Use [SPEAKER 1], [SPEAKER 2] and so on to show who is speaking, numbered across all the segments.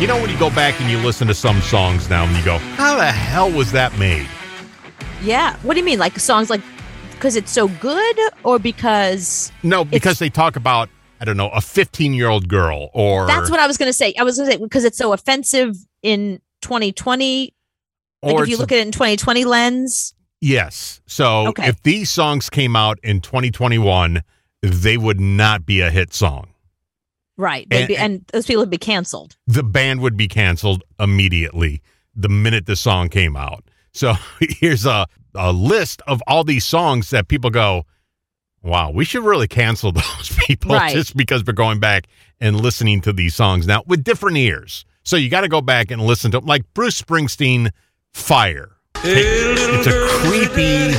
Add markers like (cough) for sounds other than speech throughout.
[SPEAKER 1] You know when you go back and you listen to some songs now and you go, how the hell was that made?
[SPEAKER 2] Yeah. What do you mean? Like songs like because it's so good or because
[SPEAKER 1] No, because they talk about I don't know a 15 year old girl or
[SPEAKER 2] that's what I was going to say. I was going to say because it's so offensive in 2020.
[SPEAKER 1] or
[SPEAKER 2] like if you
[SPEAKER 1] it's-
[SPEAKER 2] look at it in 2020 lens,
[SPEAKER 1] yes. So
[SPEAKER 2] Okay.
[SPEAKER 1] if these songs came out in 2021, they would not be a hit song.
[SPEAKER 2] right? they'd
[SPEAKER 1] And-
[SPEAKER 2] be, and those people would be canceled.
[SPEAKER 1] The band would be canceled immediately the minute the song came out. So (laughs) here's a a list of all these songs that people go, wow, we should really cancel (laughs) those people
[SPEAKER 2] Right.
[SPEAKER 1] just because we're going back and listening to these songs now with different ears. So you got to go back and listen to 'em. like Bruce Springsteen, Fire. It's a creepy,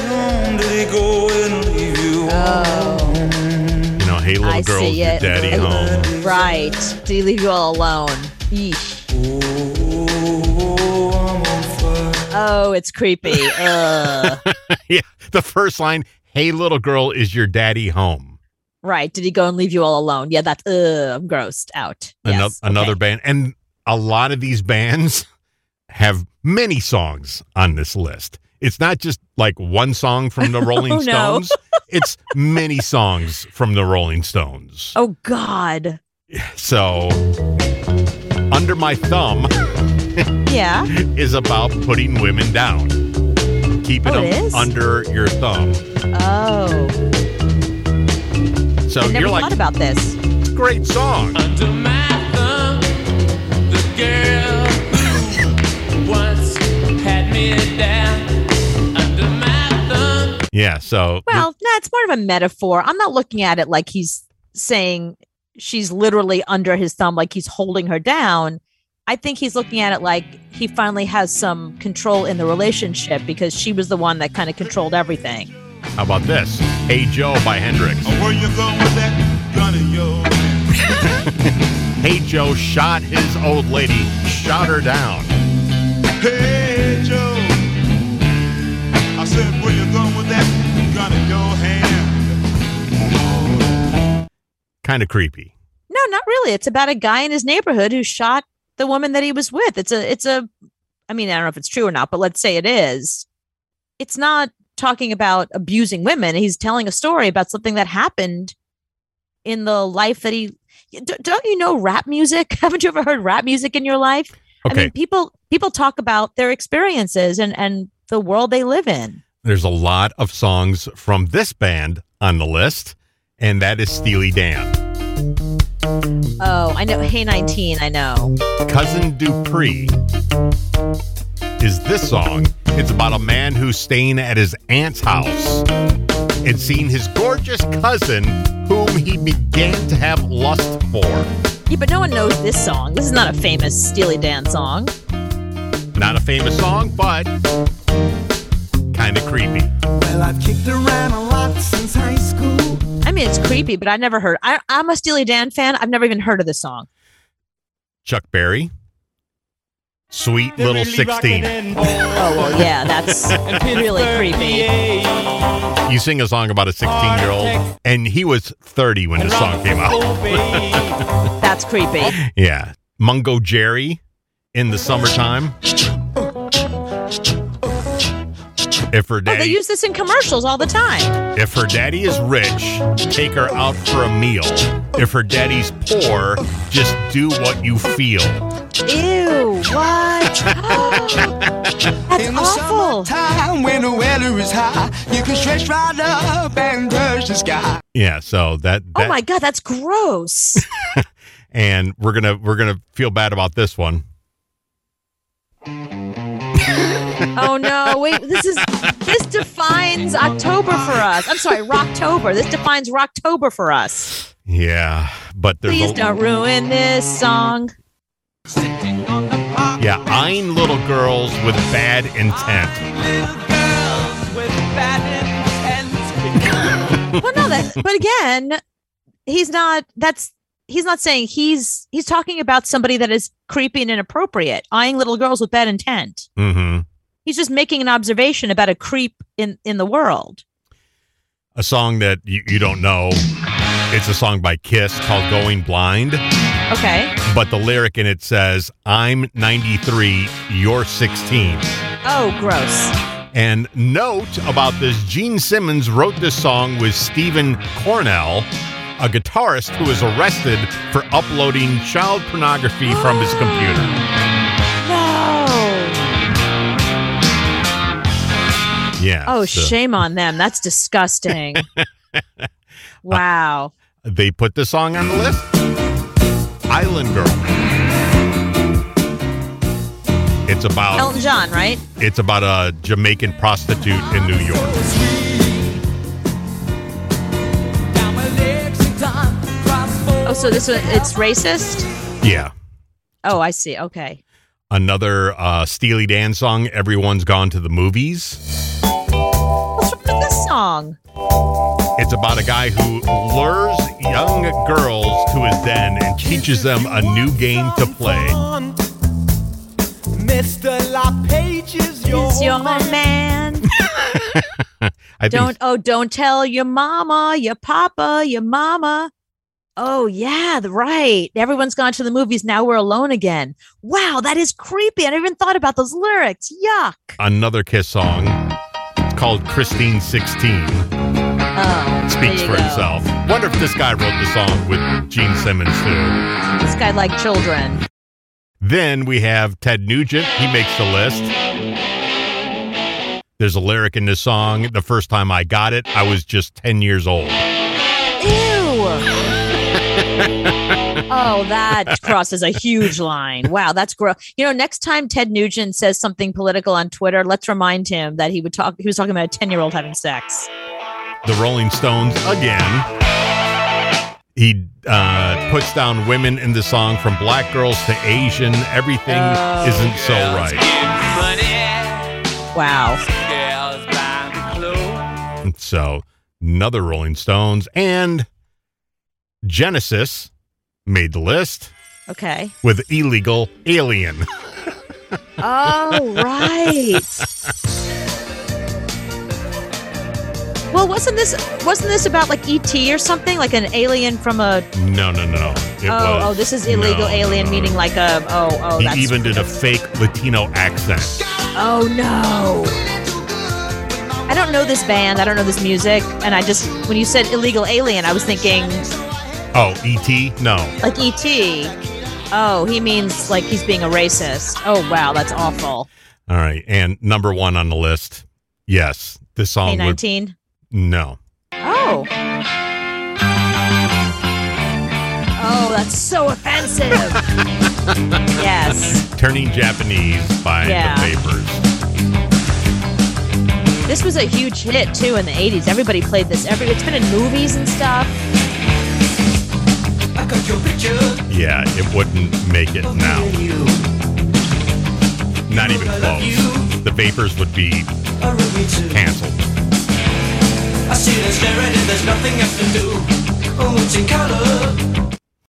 [SPEAKER 2] Oh,
[SPEAKER 1] you know, hey little
[SPEAKER 2] I
[SPEAKER 1] girl,
[SPEAKER 2] see
[SPEAKER 1] your
[SPEAKER 2] it. (laughs)
[SPEAKER 1] daddy home.
[SPEAKER 2] Right. Do you leave you all alone? Yeesh. Oh, it's creepy.
[SPEAKER 1] (laughs)
[SPEAKER 2] Ugh.
[SPEAKER 1] yeah, the first line, hey little girl, is your daddy home?
[SPEAKER 2] right. Did he go and leave you all alone? Yeah, that's ugh, I'm grossed out.
[SPEAKER 1] Ano-
[SPEAKER 2] Yes.
[SPEAKER 1] another
[SPEAKER 2] Okay.
[SPEAKER 1] band, and a lot of these bands (laughs) have many songs on this list. It's not just like one song from
[SPEAKER 2] (laughs)
[SPEAKER 1] the Rolling
[SPEAKER 2] Oh, no.
[SPEAKER 1] Stones. It's many songs from the Rolling Stones.
[SPEAKER 2] Oh God.
[SPEAKER 1] So, Under My Thumb
[SPEAKER 2] Yeah.
[SPEAKER 1] is about putting women down, keeping
[SPEAKER 2] Oh, it
[SPEAKER 1] them
[SPEAKER 2] is?
[SPEAKER 1] under your thumb.
[SPEAKER 2] Oh.
[SPEAKER 1] So
[SPEAKER 2] I never
[SPEAKER 1] you're
[SPEAKER 2] thought
[SPEAKER 1] like,
[SPEAKER 2] about this.
[SPEAKER 1] great song.
[SPEAKER 2] (laughs)
[SPEAKER 1] Yeah. So
[SPEAKER 2] Well, that's more of a metaphor. I'm not looking at it like he's saying she's literally under his thumb, like he's holding her down. I think he's looking at it like he finally has some control in the relationship because she was the one that kind of controlled everything.
[SPEAKER 1] how about this? Hey Joe by Hendrix.
[SPEAKER 3] Where you going with that gun of yours?
[SPEAKER 1] Hey Joe shot his old lady, shot her down.
[SPEAKER 3] Hey, Joe. I said, where you going with that gun in your hand?
[SPEAKER 1] Kind of creepy.
[SPEAKER 2] No, not really. It's about a guy in his neighborhood who shot the woman that he was with. It's a, it's a, I mean, I don't know if it's true or not, but let's say it is. It's not talking about abusing women. He's telling a story about something that happened in the life that he. D- don't you know rap music? (laughs) Haven't you ever heard rap music in your life? I
[SPEAKER 1] Okay,
[SPEAKER 2] mean, people people talk about their experiences and and the world they live in.
[SPEAKER 1] there's a lot of songs from this band on the list, and that is Steely Dan.
[SPEAKER 2] Oh, I know. Hey, nineteen. I know.
[SPEAKER 1] Cousin Dupree is this song. It's about a man who's staying at his aunt's house and seeing his gorgeous cousin, whom he began to have lust for.
[SPEAKER 2] Yeah, but no one knows this song. This is not a famous Steely Dan song.
[SPEAKER 1] Not a famous song, but kind of creepy.
[SPEAKER 4] Well, I've kicked around a lot since high school.
[SPEAKER 2] I mean, it's creepy, but I never heard. I, I'm a Steely Dan fan. I've never even heard of this song.
[SPEAKER 1] Chuck Berry, Sweet Little 16.
[SPEAKER 2] Oh well, yeah, that's (laughs) really creepy.
[SPEAKER 1] You sing a song about a 16 year
[SPEAKER 2] Oh,
[SPEAKER 1] old, and he was 30 when this song came out. (laughs)
[SPEAKER 2] That's creepy.
[SPEAKER 1] Yeah. Mungo Jerry in the summertime. If her
[SPEAKER 2] Oh, they
[SPEAKER 1] daddy,
[SPEAKER 2] use this in commercials all the time.
[SPEAKER 1] if her daddy is rich, take her out for a meal. If her daddy's poor, just do what you feel.
[SPEAKER 2] Ew, what? (laughs) that's
[SPEAKER 4] In the
[SPEAKER 2] awful.
[SPEAKER 4] summertime, when the weather is high, you can stretch right up and touch the sky.
[SPEAKER 1] Yeah, so that, that
[SPEAKER 2] Oh my god, that's gross.
[SPEAKER 1] and we're gonna we're gonna feel bad about this one.
[SPEAKER 2] Oh no, wait, this is this defines October for us. I'm sorry, Rocktober. This defines Rocktober for us.
[SPEAKER 1] Yeah, but there's
[SPEAKER 2] Please
[SPEAKER 1] a,
[SPEAKER 2] don't ruin this song.
[SPEAKER 1] yeah, eyeing little girls with bad intent.
[SPEAKER 2] well, no, that, but again, he's not. That's he's not saying he's he's talking about somebody that is creepy and inappropriate, eyeing little girls with bad intent.
[SPEAKER 1] Mm-hmm.
[SPEAKER 2] He's just making an observation about a creep in in the world.
[SPEAKER 1] A song that you, you don't know. It's a song by Kiss called Going Blind,
[SPEAKER 2] Okay.
[SPEAKER 1] but the lyric in it says, I'm 93, you're 16.
[SPEAKER 2] Oh, gross.
[SPEAKER 1] And note about this Gene Simmons wrote this song with Stephen Cornell, a guitarist who was arrested for uploading child pornography from his computer.
[SPEAKER 2] No.
[SPEAKER 1] Yeah.
[SPEAKER 2] Oh,
[SPEAKER 1] so
[SPEAKER 2] shame on them. That's disgusting. wow.
[SPEAKER 1] They put this song on the list Island Girl. It's about.
[SPEAKER 2] Elton John, right?
[SPEAKER 1] It's about a Jamaican prostitute in New York.
[SPEAKER 2] Oh, so this one, it's racist?
[SPEAKER 1] Yeah.
[SPEAKER 2] Oh, I see. Okay.
[SPEAKER 1] Another uh, Steely Dan song, Everyone's Gone to the Movies.
[SPEAKER 2] What's wrong with this song?
[SPEAKER 1] It's about a guy who lures young girls to his den and teaches them a new game to play.
[SPEAKER 4] Mr. LaPage is your,
[SPEAKER 2] It's your man.
[SPEAKER 1] I think
[SPEAKER 2] Don't, oh, don't tell your mama, your papa, your mama. Oh, yeah, the- right. Everyone's gone to the movies. Now we're alone again. Wow, that is creepy. I never even thought about those lyrics. Yuck.
[SPEAKER 1] another Kiss song. It's called Christine 16.
[SPEAKER 2] Oh, there
[SPEAKER 1] Speaks
[SPEAKER 2] you
[SPEAKER 1] for
[SPEAKER 2] go.
[SPEAKER 1] himself. Wonder if this guy wrote the song with Gene Simmons too.
[SPEAKER 2] This guy liked children.
[SPEAKER 1] Then we have Ted Nugent. He makes the list. There's a lyric in this song. The first time I got it, I was just 10 years old.
[SPEAKER 2] Ew.
[SPEAKER 1] (laughs)
[SPEAKER 2] oh, that crosses a huge line. Wow, that's gross. You know, next time Ted Nugent says something political on Twitter, let's remind him that he would talk. He was talking about a ten-year-old having sex.
[SPEAKER 1] The Rolling Stones again. He uh, puts down women in the song from black girls to Asian. Everything
[SPEAKER 2] Oh.
[SPEAKER 1] isn't so right.
[SPEAKER 2] Wow.
[SPEAKER 1] So, another Rolling Stones and Genesis made the list
[SPEAKER 2] Okay.
[SPEAKER 1] with Illegal Alien.
[SPEAKER 2] Oh, right. Well, wasn't this wasn't this about like ET or something, like an alien from a?
[SPEAKER 1] No, no, no. It
[SPEAKER 2] oh,
[SPEAKER 1] was-
[SPEAKER 2] oh, this is illegal
[SPEAKER 1] no, no,
[SPEAKER 2] alien,
[SPEAKER 1] no.
[SPEAKER 2] meaning like a. Oh, oh,
[SPEAKER 1] He
[SPEAKER 2] that's
[SPEAKER 1] even did a fake Latino accent.
[SPEAKER 2] Oh no. I don't know this band. I don't know this music. And I just, when you said illegal alien, I was thinking
[SPEAKER 1] Oh, E.T.? No.
[SPEAKER 2] like ET. Oh, he means like he's being a racist. Oh, wow. That's awful.
[SPEAKER 1] All right. And number one on the list. Yes. This
[SPEAKER 2] Hey,
[SPEAKER 1] song would.
[SPEAKER 2] 19.
[SPEAKER 1] No.
[SPEAKER 2] Oh. Oh, that's so offensive. yes.
[SPEAKER 1] Turning Japanese by
[SPEAKER 2] Yeah.
[SPEAKER 1] the Vapors.
[SPEAKER 2] This was a huge hit too in the 80s. Everybody played this. Every It's been in movies and stuff.
[SPEAKER 4] I got your picture.
[SPEAKER 1] Yeah, it wouldn't make it now.
[SPEAKER 4] You,
[SPEAKER 1] Not even
[SPEAKER 4] I love
[SPEAKER 1] close.
[SPEAKER 4] you.
[SPEAKER 1] The Vapors would be
[SPEAKER 4] I love you too.
[SPEAKER 1] canceled.
[SPEAKER 4] I see the staring and there's nothing else to do. Oh, it's in color.